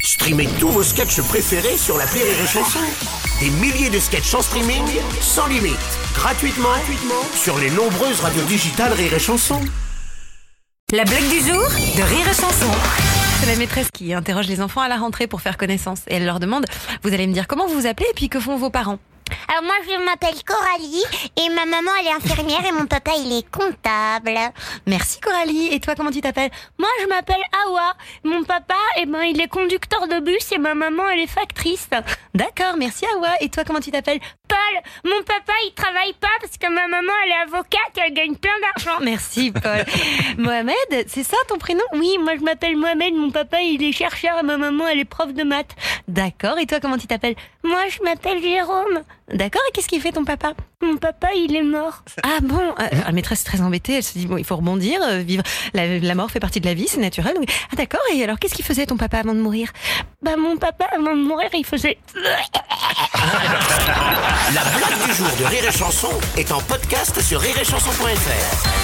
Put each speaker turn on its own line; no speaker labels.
Streamez tous vos sketchs préférés sur la Rire et Chanson. Des milliers de sketchs en streaming, sans limite, gratuitement, gratuitement sur les nombreuses radios digitales Rire et Chanson.
La blague du jour de Rire et Chanson. C'est la maîtresse qui interroge les enfants à la rentrée pour faire connaissance. Et elle leur demande Vous allez me dire comment vous vous appelez et puis que font vos parents
Alors moi je m'appelle Coralie et ma maman elle est infirmière et mon papa il est comptable.
Merci Coralie. Et toi, comment tu t'appelles
Moi je m'appelle Awa. Mon papa eh ben il est conducteur de bus et ma maman elle est factrice.
D'accord, merci Awa. Et toi, comment tu t'appelles
Paul, mon papa il travaille pas parce que ma maman elle est avocate et elle gagne plein d'argent.
Merci Paul. Mohamed, c'est ça ton prénom
Oui, moi je m'appelle Mohamed, mon papa il est chercheur et ma maman elle est prof de maths.
D'accord. Et toi, comment tu t'appelles
Moi je m'appelle Jérôme.
D'accord. Et qu'est-ce qu'il fait ton papa
Mon papa il est mort.
Ah bon Euh, La maîtresse est très embêtée. Elle se dit Bon, il faut rebondir, euh, vivre. La, la mort fait partie de la vie, c'est naturel. Donc- Ah d'accord. Et alors, qu'est-ce qu'il faisait ton papa avant de mourir
Bah mon papa avant de mourir il faisait...
La blague du jour de Rire et Chanson est en podcast sur rireetchanson.fr.